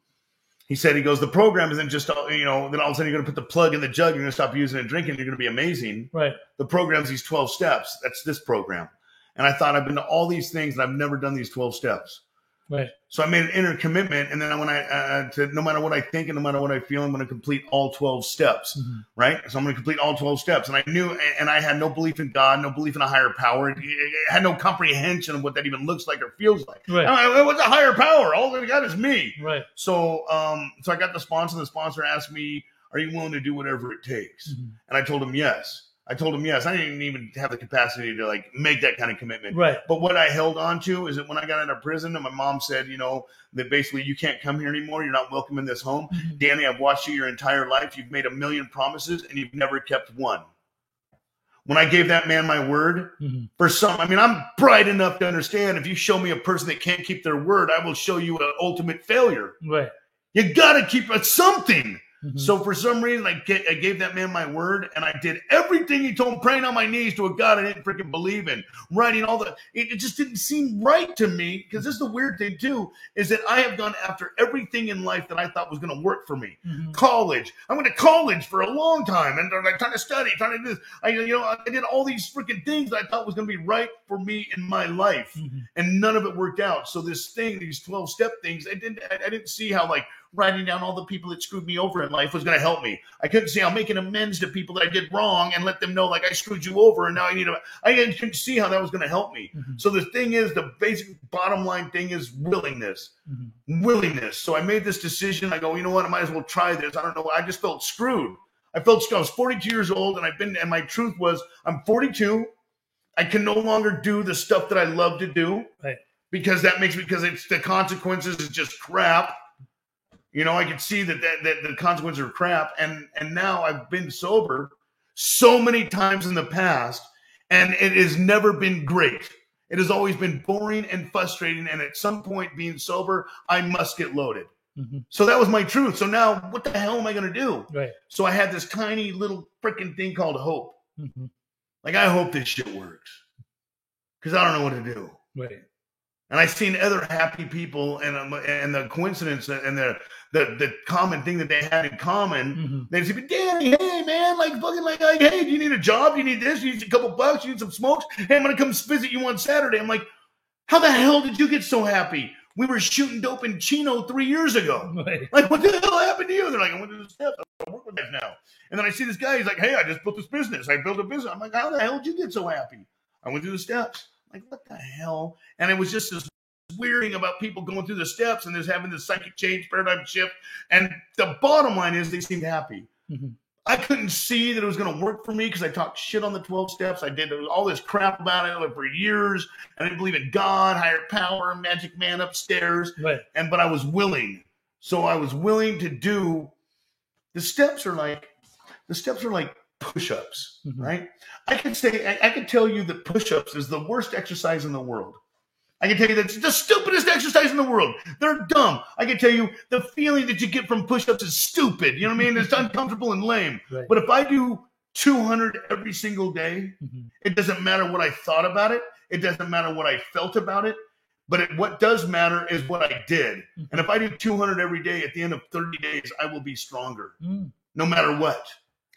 A: he said, he goes, the program isn't just, all- you know, then all of a sudden you're going to put the plug in the jug, you're going to stop using and drinking, you're going to be amazing.
B: Right.
A: The program's these 12 steps. That's this program. And I thought I've been to all these things and I've never done these 12 steps.
B: Right.
A: So I made an inner commitment, and then when I uh, to no matter what I think and no matter what I feel, I'm going to complete all 12 steps,
B: Mhm.
A: right? So I'm going to complete all 12 steps, and I knew, and I had no belief in God, no belief in a higher power, It- it had no comprehension of what that even looks like or feels like.
B: Right.
A: I- What's a higher power? All I got is me.
B: Right.
A: So, um, so I got the sponsor. The sponsor asked me, "Are you willing to do whatever it takes?"
B: Mhm.
A: And I told him yes. I told him yes. I didn't even have the capacity to like make that kind of commitment.
B: Right.
A: But what I held on to is that when I got out of prison and my mom said, you know, that basically you can't come here anymore. You're not welcome in this home.
B: Mm-hmm.
A: Danny, I've watched you your entire life. You've made a million promises and you've never kept one. When I gave that man my word,
B: Mhm.
A: for some, I mean, I'm bright enough to understand if you show me a person that can't keep their word, I will show you an ultimate failure.
B: Right.
A: You got to keep a something.
B: Mhm.
A: So for some reason, I get I gave that man my word, and I did everything he told him, praying on my knees to a God I didn't freaking believe in, writing all the. It, it just didn't seem right to me because this is the weird thing too is that I have gone after everything in life that I thought was going to work for me.
B: Mhm.
A: College, I went to college for a long time, and I'm like trying to study, trying to do this. I you know I did all these freaking things that I thought was going to be right for me in my life
B: Mhm.
A: and none of it worked out. So this thing, these twelve step things, I didn't, I, I didn't see how like writing down all the people that screwed me over in life was going to help me. I couldn't see how making amends to people that I did wrong and let them know like I screwed you over and now I need to. I didn't couldn't see how that was going to help me.
B: Mhm.
A: So the thing is, the basic bottom line thing is willingness
B: Mhm.
A: willingness. So I made this decision. I go, you know what? I might as well try this. I don't know. I just felt screwed. I felt screwed. I was 42 years old, and I've been. And my truth was, I'm 42. I can no longer do the stuff that I love to do.
B: Right.
A: because that makes because it's the consequences is just crap. You know, I could see that, that that the consequences are crap, and and now I've been sober so many times in the past, and it has never been great. It has always been boring and frustrating, and at some point, being sober, I must get loaded.
B: Mm-hmm.
A: So that was my truth. So now, what the hell am I going to do?
B: Right.
A: So I had this tiny little freaking thing called hope.
B: Mm-hmm.
A: Like I hope this shit works, because I don't know what to do.
B: Right.
A: And I've seen other happy people, and um, and the coincidence and the the the common thing that they had in common.
B: Mm-hmm.
A: They say, Danny, hey man, like fucking like, like, hey, do you need a job? Do you need this? Do you need a couple bucks? Do you need some smokes? Hey, I'm gonna come visit you on Saturday. I'm like, how the hell did you get so happy? We were shooting dope in Chino three years ago.
B: Right.
A: Like, what the hell happened to you? They're like, I went to the steps. I work with guys now. And then I see this guy. He's like, Hey, I just built this business. I built a business. I'm like, How the hell did you get so happy? I went through the steps. I'm like, what the hell? And it was just this weird thing about people going through the steps and this having this psychic change, paradigm shift. And the bottom line is, they seemed happy.
B: Mhm.
A: I couldn't see that it was going to work for me because I talked shit on the 12 steps. I did all this crap about it like, for years. I didn't believe in God, higher power, magic man upstairs
B: Right.
A: and but I was willing. So I was willing to do the steps are like the steps are like push-ups,
B: Mhm.
A: right? I could say I, I could tell you that push-ups is the worst exercise in the world. I can tell you that's the stupidest exercise in the world. They're dumb. I can tell you the feeling that you get from push-ups is stupid. You know what I mean? It's uncomfortable and lame.
B: Right.
A: But if I do 200 every single day,
B: Mhm.
A: it doesn't matter what I thought about it. It doesn't matter what I felt about it. But it, what does matter is what I did. And if I do 200 every day, at the end of 30 days, I will be stronger,
B: Mm.
A: no matter what.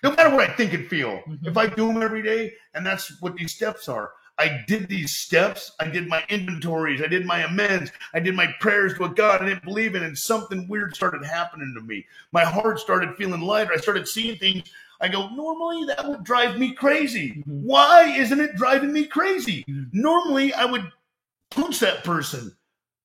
A: No matter what I think and feel.
B: Mhm.
A: If I do them every day, and that's what these steps are. I did these steps. I did my inventories. I did my amends. I did my prayers to a God I didn't believe in, and something weird started happening to me. My heart started feeling lighter. I started seeing things. I go, normally that would drive me crazy.
B: Mhm.
A: Why isn't it driving me crazy?
B: Mhm.
A: Normally I would punch that person.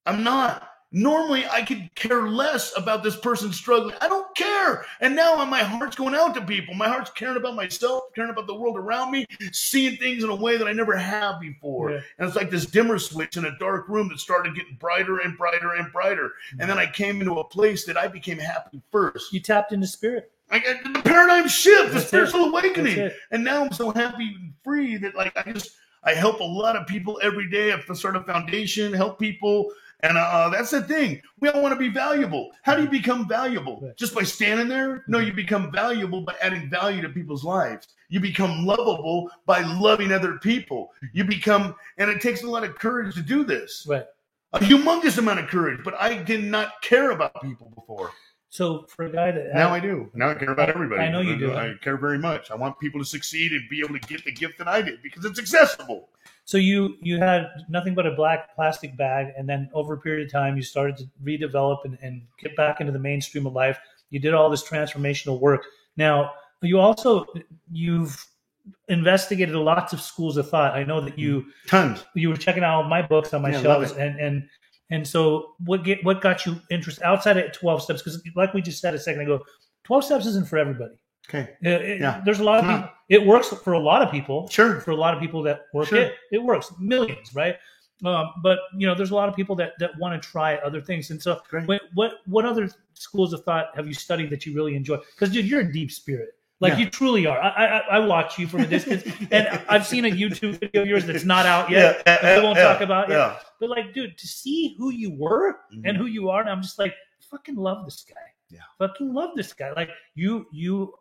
A: I'm not. Normally I could care less about this person struggling. I don't care. And now my heart's going out to people. My heart's caring about myself, caring about the world around me, seeing things in a way that I never have before.
B: Yeah.
A: And it's like this dimmer switch in a dark room that started getting brighter and brighter and brighter. And then I came into a place that I became happy first.
B: You tapped into spirit.
A: I got the paradigm shift, the
B: That's it.
A: spiritual
B: That's
A: awakening
B: it.
A: and now I'm so happy and free that like I just I help a lot of people every day. I start a foundation, help people, and uh, that's the thing. We all want to be valuable. How do you become valuable?
B: Mm-hmm. Right. Mm-hmm.
A: Just by standing there? No, you become valuable by adding value to people's lives. You become lovable by loving other people. You become, and it takes a lot of courage to do this.
B: Right.
A: A humongous amount of courage, but I did not care about people before.
B: So for a guy that
A: Now I do. Now I care about everybody.
B: I know you do.
A: I care very much. I want people to succeed and be able to get the gift that I did because it's accessible.
B: So you you had nothing but a black plastic bag, and then over a period of time, you started to redevelop and, and get back into the mainstream of life. You did all this transformational work. Now you also you've investigated lots of schools of thought. I know that you
A: Tons.
B: you were checking out my books on my
A: Mm-hmm. Yeah, love
B: shelves,
A: it.
B: and and and so what get what got you interest outside of twelve steps? Because like we just said a second ago, twelve steps isn't for everybody.
A: Okay.
B: Uh, it-
A: Yeah.
B: There's a lot of
A: Come on.
B: people. It works for a lot of people
A: Sure.
B: for a lot of people that work
A: Sure.
B: it it works millions right um, but you know there's a lot of people that that want to try other things and so
A: Great.
B: what, what what other schools of thought have you studied that you really enjoy because dude you're in deep spirit like
A: Yeah.
B: you truly are I, I i watch you from a distance and i've seen a youtube video of yours that's not out yet we won't talk about it.
A: Yeah.
B: but like dude to see who you were and who you are and i'm just like fucking love this guy
A: Mm-hmm. Yeah.
B: fucking love this guy like you you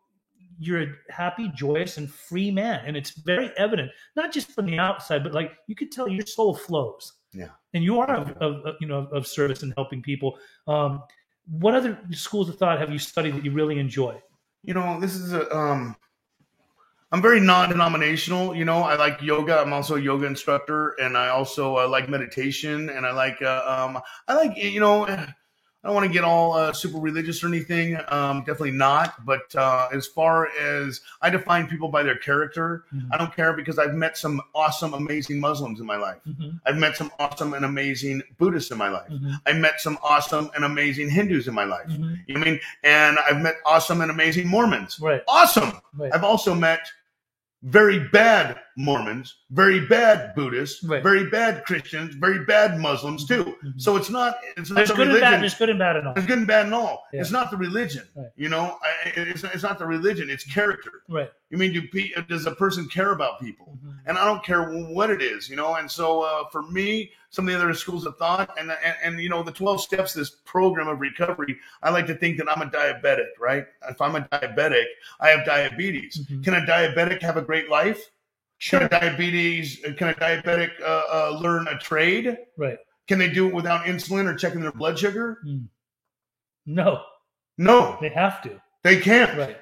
B: you're a happy joyous and free man and it's very evident not just from the outside but like you could tell your soul flows
A: Yeah.
B: and you are of, of, of, you know of service and helping people um what other schools of thought have you studied that you really enjoy
A: you know, this is a um I'm very non-denominational, you know. I like yoga. I'm also a yoga instructor, and I also uh, like meditation, and I like, uh, um, I like, you know, I don't want to get all uh, super religious or anything. Um, definitely not. But uh, as far as I define people by their character,
B: Mhm.
A: I don't care because I've met some awesome, amazing Muslims in my life.
B: Mhm,
A: I've met some awesome and amazing Buddhists in my life.
B: mhm,
A: I met some awesome and amazing Hindus in my life.
B: mhm.
A: You know what I mean? And I've met awesome and amazing Mormons.
B: right
A: Awesome.
B: right
A: I've also met very bad Mormons, very bad Buddhists,
B: Right.
A: very bad Christians, very bad Muslims too.
B: Mhm.
A: So it's not it's not
B: There's
A: the
B: good and
A: religion.
B: bad. There's good and bad in all.
A: There's good and bad and all.
B: Yeah.
A: It's not the religion,
B: Right.
A: you know. I, it's, it's not the religion. It's character.
B: Right.
A: You mean do pe- does a person care about people?
B: Mhm.
A: and I don't care what it is, you know. And so uh, for me, some of the other schools of thought, and, and and you know, the twelve steps, this program of recovery. I like to think that I'm a diabetic, right? If I'm a diabetic, I have diabetes.
B: Mhm.
A: Can a diabetic have a great life? Can a diabetes? Can a diabetic uh, uh, learn a trade?
B: Right.
A: Can they do it without insulin or checking their blood sugar?
B: No,
A: No,
B: they have to.
A: they can't.
B: Right.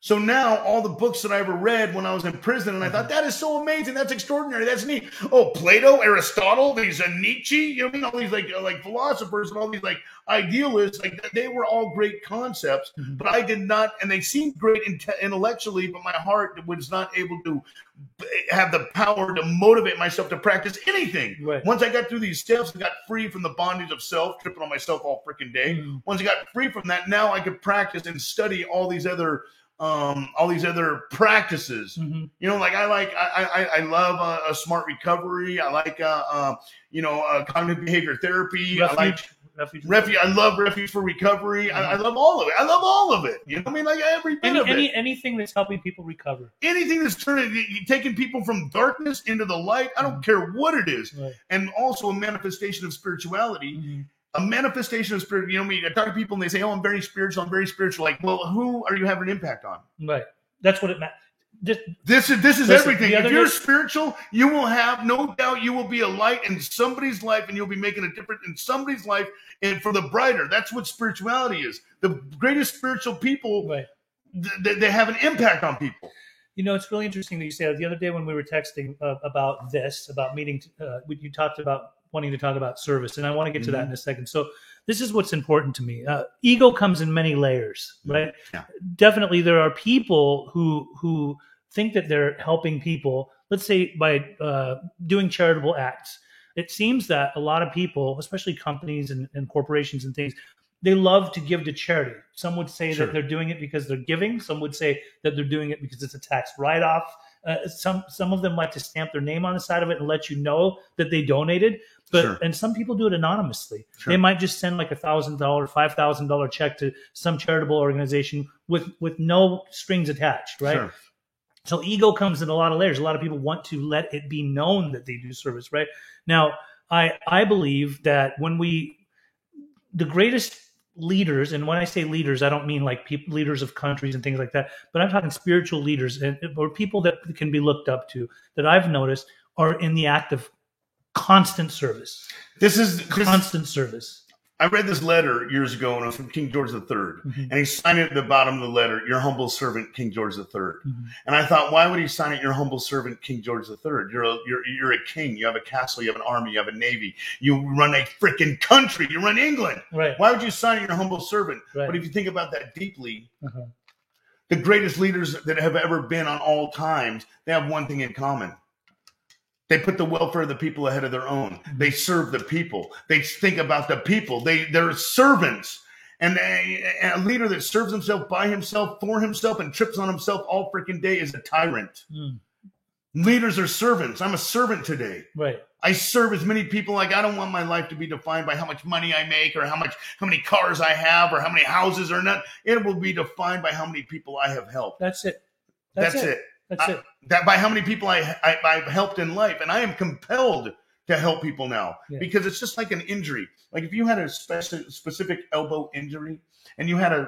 A: So now all the books that I ever read when I was in prison, and I thought that is so amazing, that's extraordinary, that's neat. Oh, Plato, Aristotle, these uh, Nietzsche, you know what I mean? All these like uh, like philosophers and all these like idealists, like th- they were all great concepts,
B: Mhm.
A: but I did not, and they seemed great inte intellectually, but my heart was not able to b- have the power to motivate myself to practice anything.
B: Right.
A: Once I got through these steps and got free from the bondage of self, tripping on myself all freaking day,
B: Mhm.
A: once I got free from that, now I could practice and study all these other um all these other practices
B: Mhm.
A: you know like i like i i, I love uh, a smart recovery i like uh, uh you know uh, cognitive behavior therapy i like
B: Refuge. Refuge.
A: refuge i love refuge for recovery I, I love all of it i love all of it you know what i mean like every bit
B: Any,
A: of it
B: any anything that's helping people recover.
A: anything that's turning you- taking people from darkness into the light i
B: Mm-hmm.
A: don't care what it is
B: Right.
A: and also a manifestation of spirituality
B: Mhm.
A: a manifestation of spirit. You know, me, I talk to people and they say, "Oh, I'm very spiritual. I'm very spiritual." Like, well, who are you having an impact on?
B: Right. That's what it meant. This,
A: This is this is
B: Listen,
A: everything.
B: the
A: If
B: other
A: you're
B: day-
A: spiritual, you will have no doubt. You will be a light in somebody's life, and you'll be making a difference in somebody's life, and for the brighter. That's what spirituality is. The greatest spiritual people,
B: right.
A: th- th- they have an impact on people.
B: You know, it's really interesting that you say that. The other day when we were texting uh, about this, about meeting, uh, we- you talked about wanting to talk about service, and I want to get to
A: Mm-hmm.
B: that in a second. So, this is what's important to me. Uh, ego comes in many layers, right?
A: Mm-hmm. Yeah.
B: Definitely, there are people who who think that they're helping people. Let's say by uh, doing charitable acts. It seems that a lot of people, especially companies and, and corporations and things, they love to give to charity. Some would say
A: Sure.
B: that they're doing it because they're giving. Some would say that they're doing it because it's a tax write-off. Uh, some some of them like to stamp their name on the side of it and let you know that they donated. But
A: Sure.
B: and some people do it anonymously.
A: Sure.
B: They might just send like a thousand dollar, five thousand dollar check to some charitable organization with with no strings attached, right?
A: Sure.
B: So ego comes in a lot of layers. A lot of people want to let it be known that they do service, right? Now, I I believe that when we the greatest leaders, and when I say leaders, I don't mean like peop leaders of countries and things like that, but I'm talking spiritual leaders and or people that can be looked up to that I've noticed are in the act of constant service,
A: This is this,
B: constant service.
A: I read this letter years ago, and it was from King George III, and he signed it at the bottom of the letter, "Your humble servant, King George III." And I thought, why would he sign it? Your humble servant, King George III. You're a, you're, you're a king. You have a castle. You have an army. You have a navy. You run a freaking country. You run England.
B: Right.
A: Why would you sign it, your humble servant?
B: Right.
A: But if you think about that deeply,
B: Uh-huh.
A: the greatest leaders that have ever been on all times, they have one thing in common. They put the welfare of the people ahead of their own.
B: Mm-hmm.
A: They serve the people. They think about the people. They they're servants. And a, a leader that serves himself by himself, for himself, and trips on himself all freaking day is a tyrant.
B: Mm.
A: Leaders are servants. I'm a servant today.
B: Right.
A: I serve as many people. Like I don't want my life to be defined by how much money I make or how much how many cars I have or how many houses or not. It will be defined by how many people I have helped.
B: That's it.
A: That's, it.
B: That's
A: I-
B: it.
A: That by how many people I, I I've helped in life, and I am compelled to help people now
B: Yeah.
A: because it's just like an injury. Like if you had a specific specific elbow injury and you had a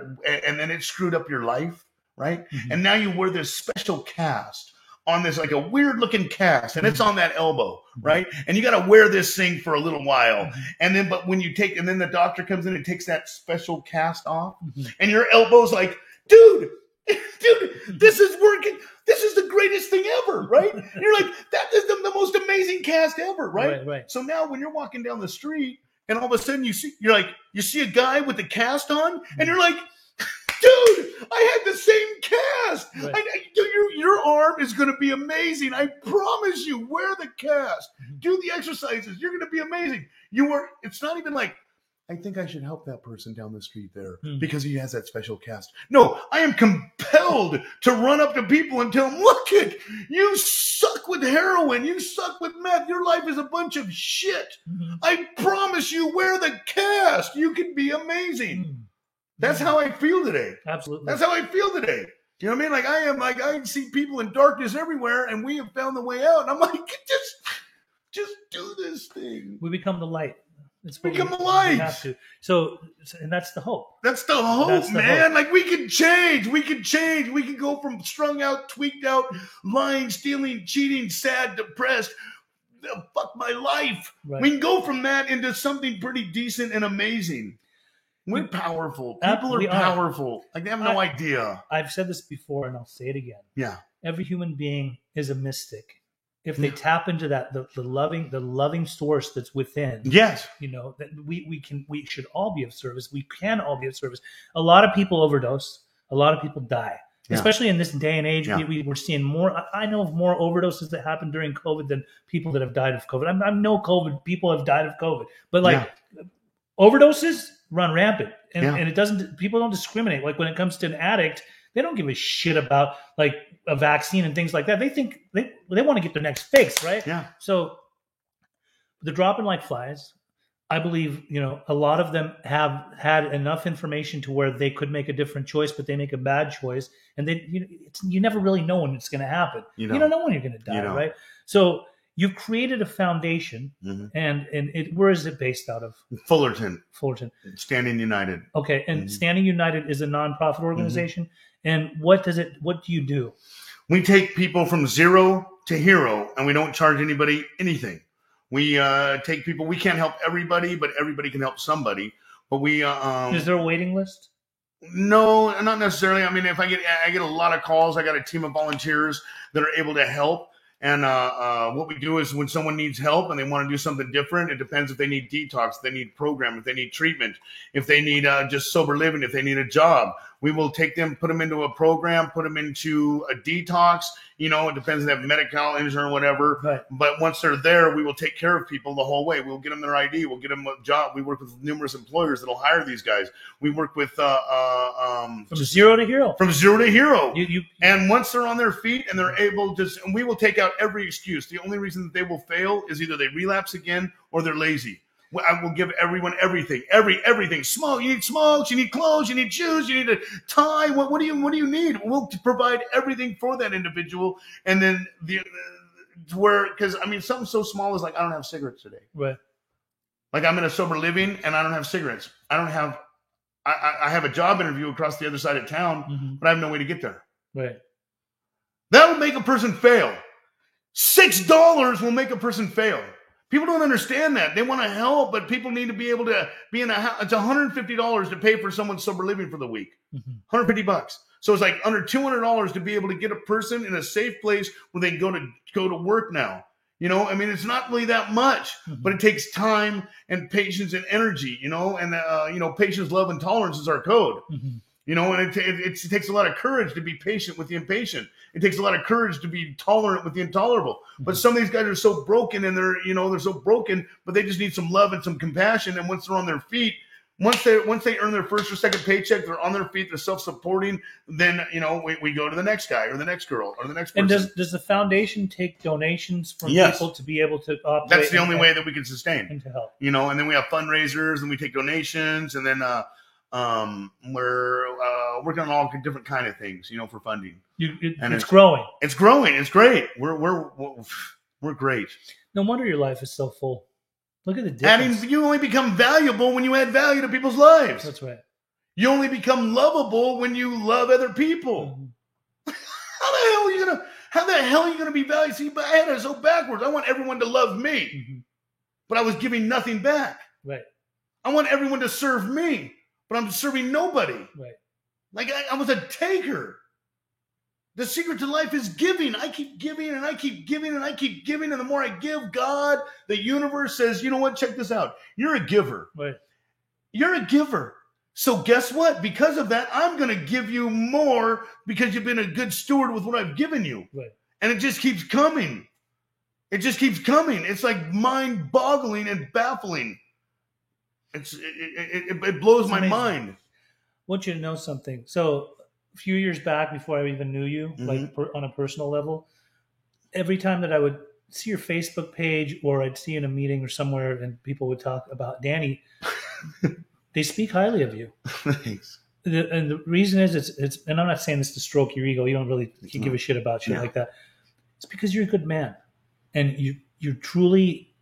A: and then it screwed up your life, right?
B: Mhm.
A: and now you wear this special cast on this like a weird looking cast and it's on that elbow right and you got to wear this thing for a little while
B: Mhm.
A: and then but when you take and then the doctor comes in and takes that special cast off
B: Mhm.
A: and your elbow's like dude dude this is working this is the greatest thing ever right And you're like that is the, the most amazing cast ever right
B: Right. Right.
A: so now when you're walking down the street and all of a sudden you see you're like you see a guy with the cast on and you're like dude, I had the same cast.
B: Right.
A: I, I- dude, your your arm is going to be amazing. I promise you.
B: Mm-hmm.
A: Wear the cast. Do the exercises. You're going to be amazing. You were it's not even like
C: I think I should help that person down the street there
B: Hmm.
C: because he has that special cast.
A: No, I am compelled to run up to people and tell them, look it, you suck with heroin, you suck with meth, your life is a bunch of shit.
B: Mm-hmm.
A: I promise you, wear the cast. You can be amazing.
B: Mm.
A: That's how I feel today.
B: Absolutely.
A: That's how I feel today. You know what I mean? Like I am like I see people in darkness everywhere and we have found the way out. And I'm like, just just do this thing.
B: we become the light. It's
A: We
B: what
A: become the light.
B: We have to. So, so- and that's the hope.
A: That's the hope,
B: That's the
A: man. Like we can change. We can change. We can go from strung out, tweaked out, lying, stealing, cheating, sad, depressed. uh, Fuck my life.
B: Right.
A: We can go from that into something pretty decent and amazing. We're powerful.
B: Ab-
A: People are
B: we are.
A: powerful. Like they have no
B: I-
A: idea.
B: I've said this before, and I'll say it again.
A: Yeah.
B: Every human being is a mystic. If
A: Mm.
B: they tap into that, the, the loving, the loving source that's within,
A: Yes.
B: you know that we we can we should all be of service we can all be of service a lot of people overdose a lot of people die
A: Yeah.
B: especially in this day and age
A: Yeah.
B: we, we, we're seeing more I- i know of more overdoses that happened during covid than people that have died of covid i'm, I'm no covid people have died of covid but like overdoses run rampant and,
A: Yeah.
B: and it doesn't people don't discriminate like when it comes to an addict they don't give a shit about like a vaccine and things like that they think they, they want to get their next fix right
A: Yeah.
B: so the dropping like flies, I believe, you know, a lot of them have had enough information to where they could make a different choice, but they make a bad choice. And then you, it's, you never really know when it's going to happen.
A: You
B: You,
A: don't.
B: don't know when you're going to die,
A: You don't.
B: right? So you've created a foundation
A: Mhm.
B: and, and it, where is it based out of
A: Fullerton,
B: Fullerton?
A: Standing United.
B: Okay. And
A: Mhm.
B: Standing United is a
A: Mm-hmm.
B: nonprofit organization. And what does it, what do you do?
A: We take people from zero to hero, and we don't charge anybody anything. We uh, take people. We can't help everybody, but everybody can help somebody. But we uh, um,
B: Is there a waiting list?
A: no, not necessarily. I mean, if I get I get a lot of calls, I got a team of volunteers that are able to help. And uh, uh, what we do is when someone needs help and they want to do something different, it depends if they need detox, if they need program, if they need treatment, if they need uh, just sober living, if they need a job. We will take them, put them into a program, put them into a detox. You know, it depends if they have medical, insurance, whatever.
B: Right.
A: But once they're there, we will take care of people the whole way. We'll get them their ID. We'll get them a job. We work with numerous employers that'll hire these guys. We work with uh, uh, um,
B: From zero to hero.
A: from zero to hero.
B: You, you,
A: And once they're on their feet and they're able to, and we will take out every excuse. The only reason that they will fail is either they relapse again or they're lazy. We- I will give everyone everything, every everything. Smoke. You need smokes. You need clothes. You need shoes. You need a tie. What, what do you What do you need? We'll provide everything for that individual. And then the to where because I mean something so small is like I don't have cigarettes today.
B: right.
A: Like I'm in a sober living and I don't have cigarettes. I don't have. I, I, I have a job interview across the other side of town,
B: Mhm.
A: but I have no way to get there.
B: Right.
A: That will make a person fail. Six dollars will make a person fail. People don't understand that. They want to help, but people need to be able to be in a house. It's $150 to pay for someone's sober living for the week.
B: Mhm.
A: 150 bucks. So it's like under $200 to be able to get a person in a safe place where they can go to go to work now. You know, I mean, it's not really that much,
B: Mhm.
A: but it takes time and patience and energy. You know, and uh, you know, patience, love, and tolerance is our code.
B: Mhm.
A: You know, and it, it, it takes a lot of courage to be patient with the impatient. It takes a lot of courage to be tolerant with the intolerable.
B: Mm-hmm.
A: But some of these guys are so broken and they're, you know, they're so broken, but they just need some love and some compassion. And once they're on their feet, once they once they earn their first or second paycheck, they're on their feet, they're self-supporting, then you know, we, we go to the next guy or the next girl or the next person.
B: And does does the foundation take donations from
A: Yes.
B: people to be able to operate?
A: That's the
B: and-
A: only way that we can sustain.
B: and to help.
A: you know, and then we have fundraisers and we take donations and then uh um we're uh working on all different kind of things, you know, for funding.
B: You, it,
A: And
B: it's
A: it's-
B: growing.
A: It's growing. It's great. We're we're we're, we're great.
B: No wonder your life is so full. Look at the difference.
A: Adding, you only become valuable when you add value to people's lives.
B: That's right.
A: You only become lovable when you love other people.
B: Mhm.
A: How the hell are you gonna? How the hell are you gonna be valued? See, but I had it so backwards. I want everyone to love me,
B: Mhm.
A: but I was giving nothing back.
B: Right.
A: I want everyone to serve me, but I'm serving nobody.
B: Right.
A: Like I, I was a taker. The secret to life is giving. I keep giving and I keep giving and I keep giving. And the more I give, God, the universe says, you know what? Check this out. You're a giver.
B: Right.
A: You're a giver. So guess what? Because of that, I'm going to give you more because you've been a good steward with what I've given you.
B: Right.
A: And it just keeps coming. It just keeps coming. It's like mind boggling and baffling. It's it, it, it, it blows
B: It's
A: my
B: amazing.
A: mind.
B: want you to know something. So a few years back, before I even knew you,
A: Mm-hmm.
B: like per, on a personal level, every time that I would see your Facebook page or I'd see you in a meeting or somewhere, and people would talk about Danny, they speak highly of you.
A: Thanks.
B: The, and the reason is it's it's and I'm not saying this to stroke your ego. You don't really you give a shit about shit
A: No.
B: like that. It's because you're a good man, and you you're truly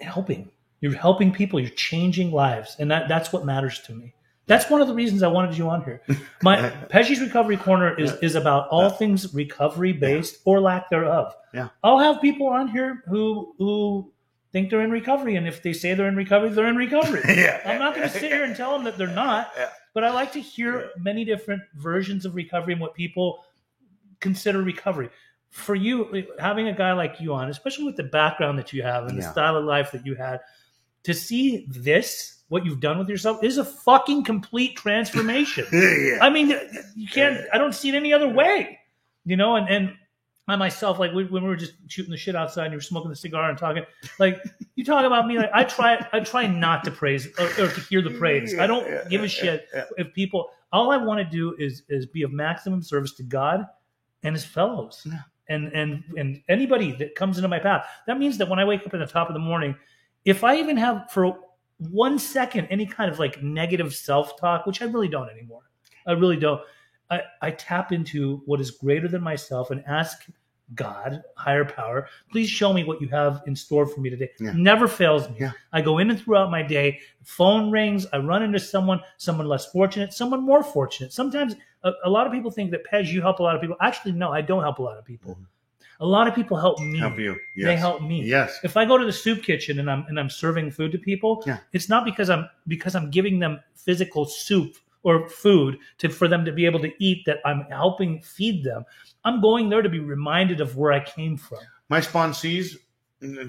B: helping. You're helping people. You're changing lives, and that that's what matters to me. That's one of the reasons I wanted you on here. My Pesci's Recovery Corner is is about all things recovery based or lack thereof.
A: Yeah.
B: I'll have people on here who who think they're in recovery, and if they say they're in recovery, they're in recovery.
A: Yeah.
B: I'm not going to sit here and tell them that they're not.
A: Yeah.
B: But I like to hear many different versions of recovery and what people consider recovery. For you, having a guy like you on, especially with the background that you have and the
A: Yeah.
B: style of life that you had, to see this, what you've done with yourself, is a fucking complete transformation.
A: yeah.
B: I mean, you can't. I don't see it any other way. You know, and and I myself, like we, when we were just shooting the shit outside, and you were smoking the cigar and talking, like you talk about me. Like I try, I try not to praise or, or to hear the praise. I don't
A: Yeah,
B: give a
A: yeah,
B: shit
A: yeah,
B: if people. All I want to do is is be of maximum service to God and His fellows,
A: Yeah.
B: and and and anybody that comes into my path. That means that when I wake up in the top of the morning, if I even have for one second any kind of like negative self talk, which I really don't anymore. I really don't. I, I tap into what is greater than myself and ask God, higher power, please show me what you have in store for me today.
A: Yeah.
B: Never fails me.
A: Yeah.
B: I go in and throughout my day, phone rings, I run into someone, someone less fortunate, someone more fortunate. Sometimes a, a lot of people think that, Pej, you help a lot of people. Actually, no, I don't help a lot of people. A lot of people help me.
A: Mm-hmm. Help you. Yes.
B: They help me
A: Yes.
B: if I go to the soup kitchen and I'm and I'm serving food to people,
A: Yeah.
B: it's not because I'm because I'm giving them physical soup or food to for them to be able to eat that I'm helping feed them. I'm going there to be reminded of where I came from.
A: my sponsees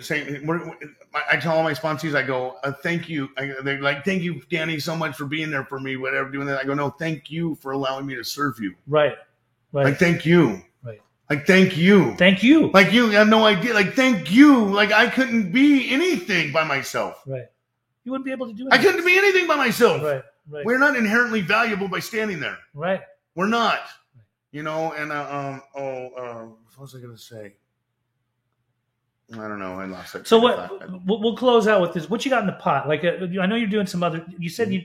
A: same we're- I- i tell all my sponsees i go uh, thank you I, they're like thank you danny so much for being there for me whatever doing that i go no thank you for allowing me to serve you
B: Right. Right.
A: like thank you
B: Right.
A: like thank you
B: Thank you.
A: like you have no idea like thank you like i couldn't be anything by myself
B: right. You wouldn't be able to do it.
A: i couldn't be anything by myself
B: Right. Right.
A: we're not inherently valuable by standing there
B: right.
A: we're not you know and uh, um oh uh, what was i gonna say i don't know i lost it
B: So what? We'll we'll close out with this. What you got in the pot? Like uh, I know you're doing some other. You said you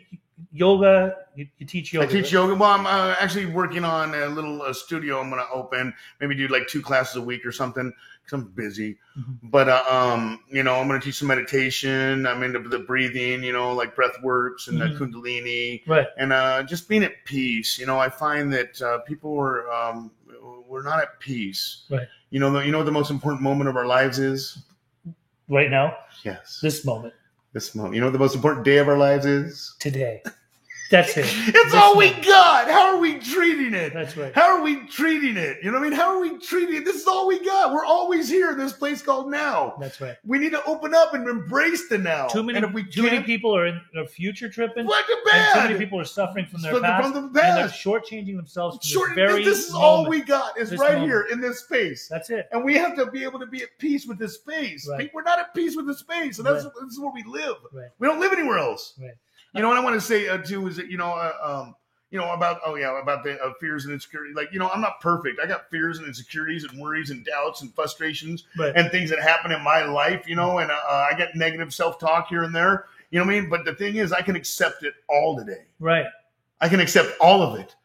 B: yoga. You, you teach yoga.
A: I teach yoga. Well, I'm uh, actually working on a little uh, studio I'm going to open. Maybe do like two classes a week or something because I'm busy.
B: Mhm.
A: But, uh, um, you know, I'm going to teach some meditation. I'm into the breathing, you know, like breath works and
B: Mhm.
A: the Kundalini
B: Right.
A: and uh, just being at peace. You know, I find that uh, people were, um, we're not at peace.
B: Right.
A: You know, the, you know what the most important moment of our lives is?
B: Right now,
A: Yes. This,
B: this moment,
A: moment. You know what the most important day of our lives is?
B: today. That's it.
A: It's
B: This
A: all we
B: moment.
A: got. How are we treating it?
B: That's right.
A: How are we treating it? You know what I mean? How are we treating it? This is all we got. We're always here in this place called now.
B: That's right.
A: We need to open up and embrace the now.
B: Too many,
A: And if we
B: too many
A: can't,
B: people are in their future tripping.
A: what the
B: And
A: bad?
B: too many people are suffering from their
A: From the-
B: past.
A: from the
B: And they're
A: past.
B: shortchanging themselves. From
A: Short,
B: this very
A: this is
B: moment.
A: all we got. Is
B: This
A: right
B: moment.
A: here in this space,
B: That's it.
A: and we have to be able to be at peace with this space.
B: Right.
A: We're not at peace with this space, and that's this is where we live.
B: Right.
A: We don't live anywhere else.
B: Right.
A: You know what I want to say uh, too is that you know, uh, um, you know about oh yeah about the uh, fears and insecurities. Like you know, I'm not perfect. I got fears and insecurities and worries and doubts and frustrations
B: Right.
A: and things that happen in my life. You know, and uh, uh, I got negative self talk here and there. You know what I mean? But the thing is, I can accept it all today.
B: right.
A: I can accept all of it.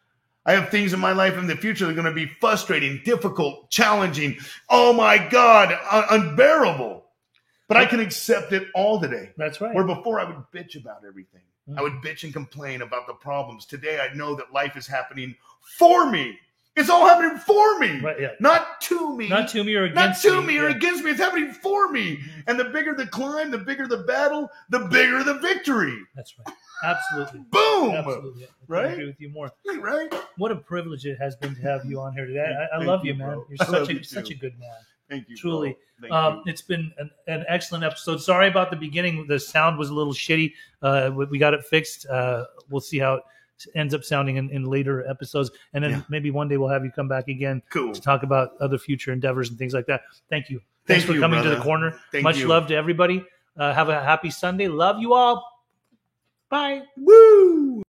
A: I have things in my life in the future that are going to be frustrating, difficult, challenging. Oh my God, un- unbearable. But I can accept it all today.
B: That's right.
A: Where before I would bitch about everything, I
B: Mhm.
A: would bitch and complain about the problems. Today I know that life is happening for me. It's all happening for me,
B: right. Yeah.
A: not to me,
B: Not to me or
A: Not
B: against
A: to me or
B: Yeah.
A: against me. It's happening for me.
B: Mhm.
A: And the bigger the climb, the bigger the battle, the bigger the victory.
B: That's right. Absolutely.
A: Boom!
B: Absolutely. I couldn't
A: Right?
B: agree with you more.
A: Right?
B: What a privilege it has been to have you on here today. I, I
A: Thank
B: love you,
A: you,
B: man.
A: bro.
B: You're
A: I
B: such
A: love
B: a
A: you,
B: such
A: too.
B: a good man.
A: Thank you.
B: Truly.
A: bro. Thank
B: Um,
A: you.
B: it's been an, an excellent episode. Sorry about the beginning. The sound was a little shitty. Uh, we we got it fixed. Uh, we'll see how it ends up sounding in, in later episodes. And then
A: Yeah.
B: maybe one day we'll have you come back again
A: Cool.
B: to talk about other future endeavors and things like that. Thank you. Thanks
A: Thank
B: for
A: you,
B: coming to
A: brother.
B: the corner.
A: Thank
B: Much
A: you.
B: love to everybody. Uh, have a happy Sunday. Love you all. Bye.
A: Woo!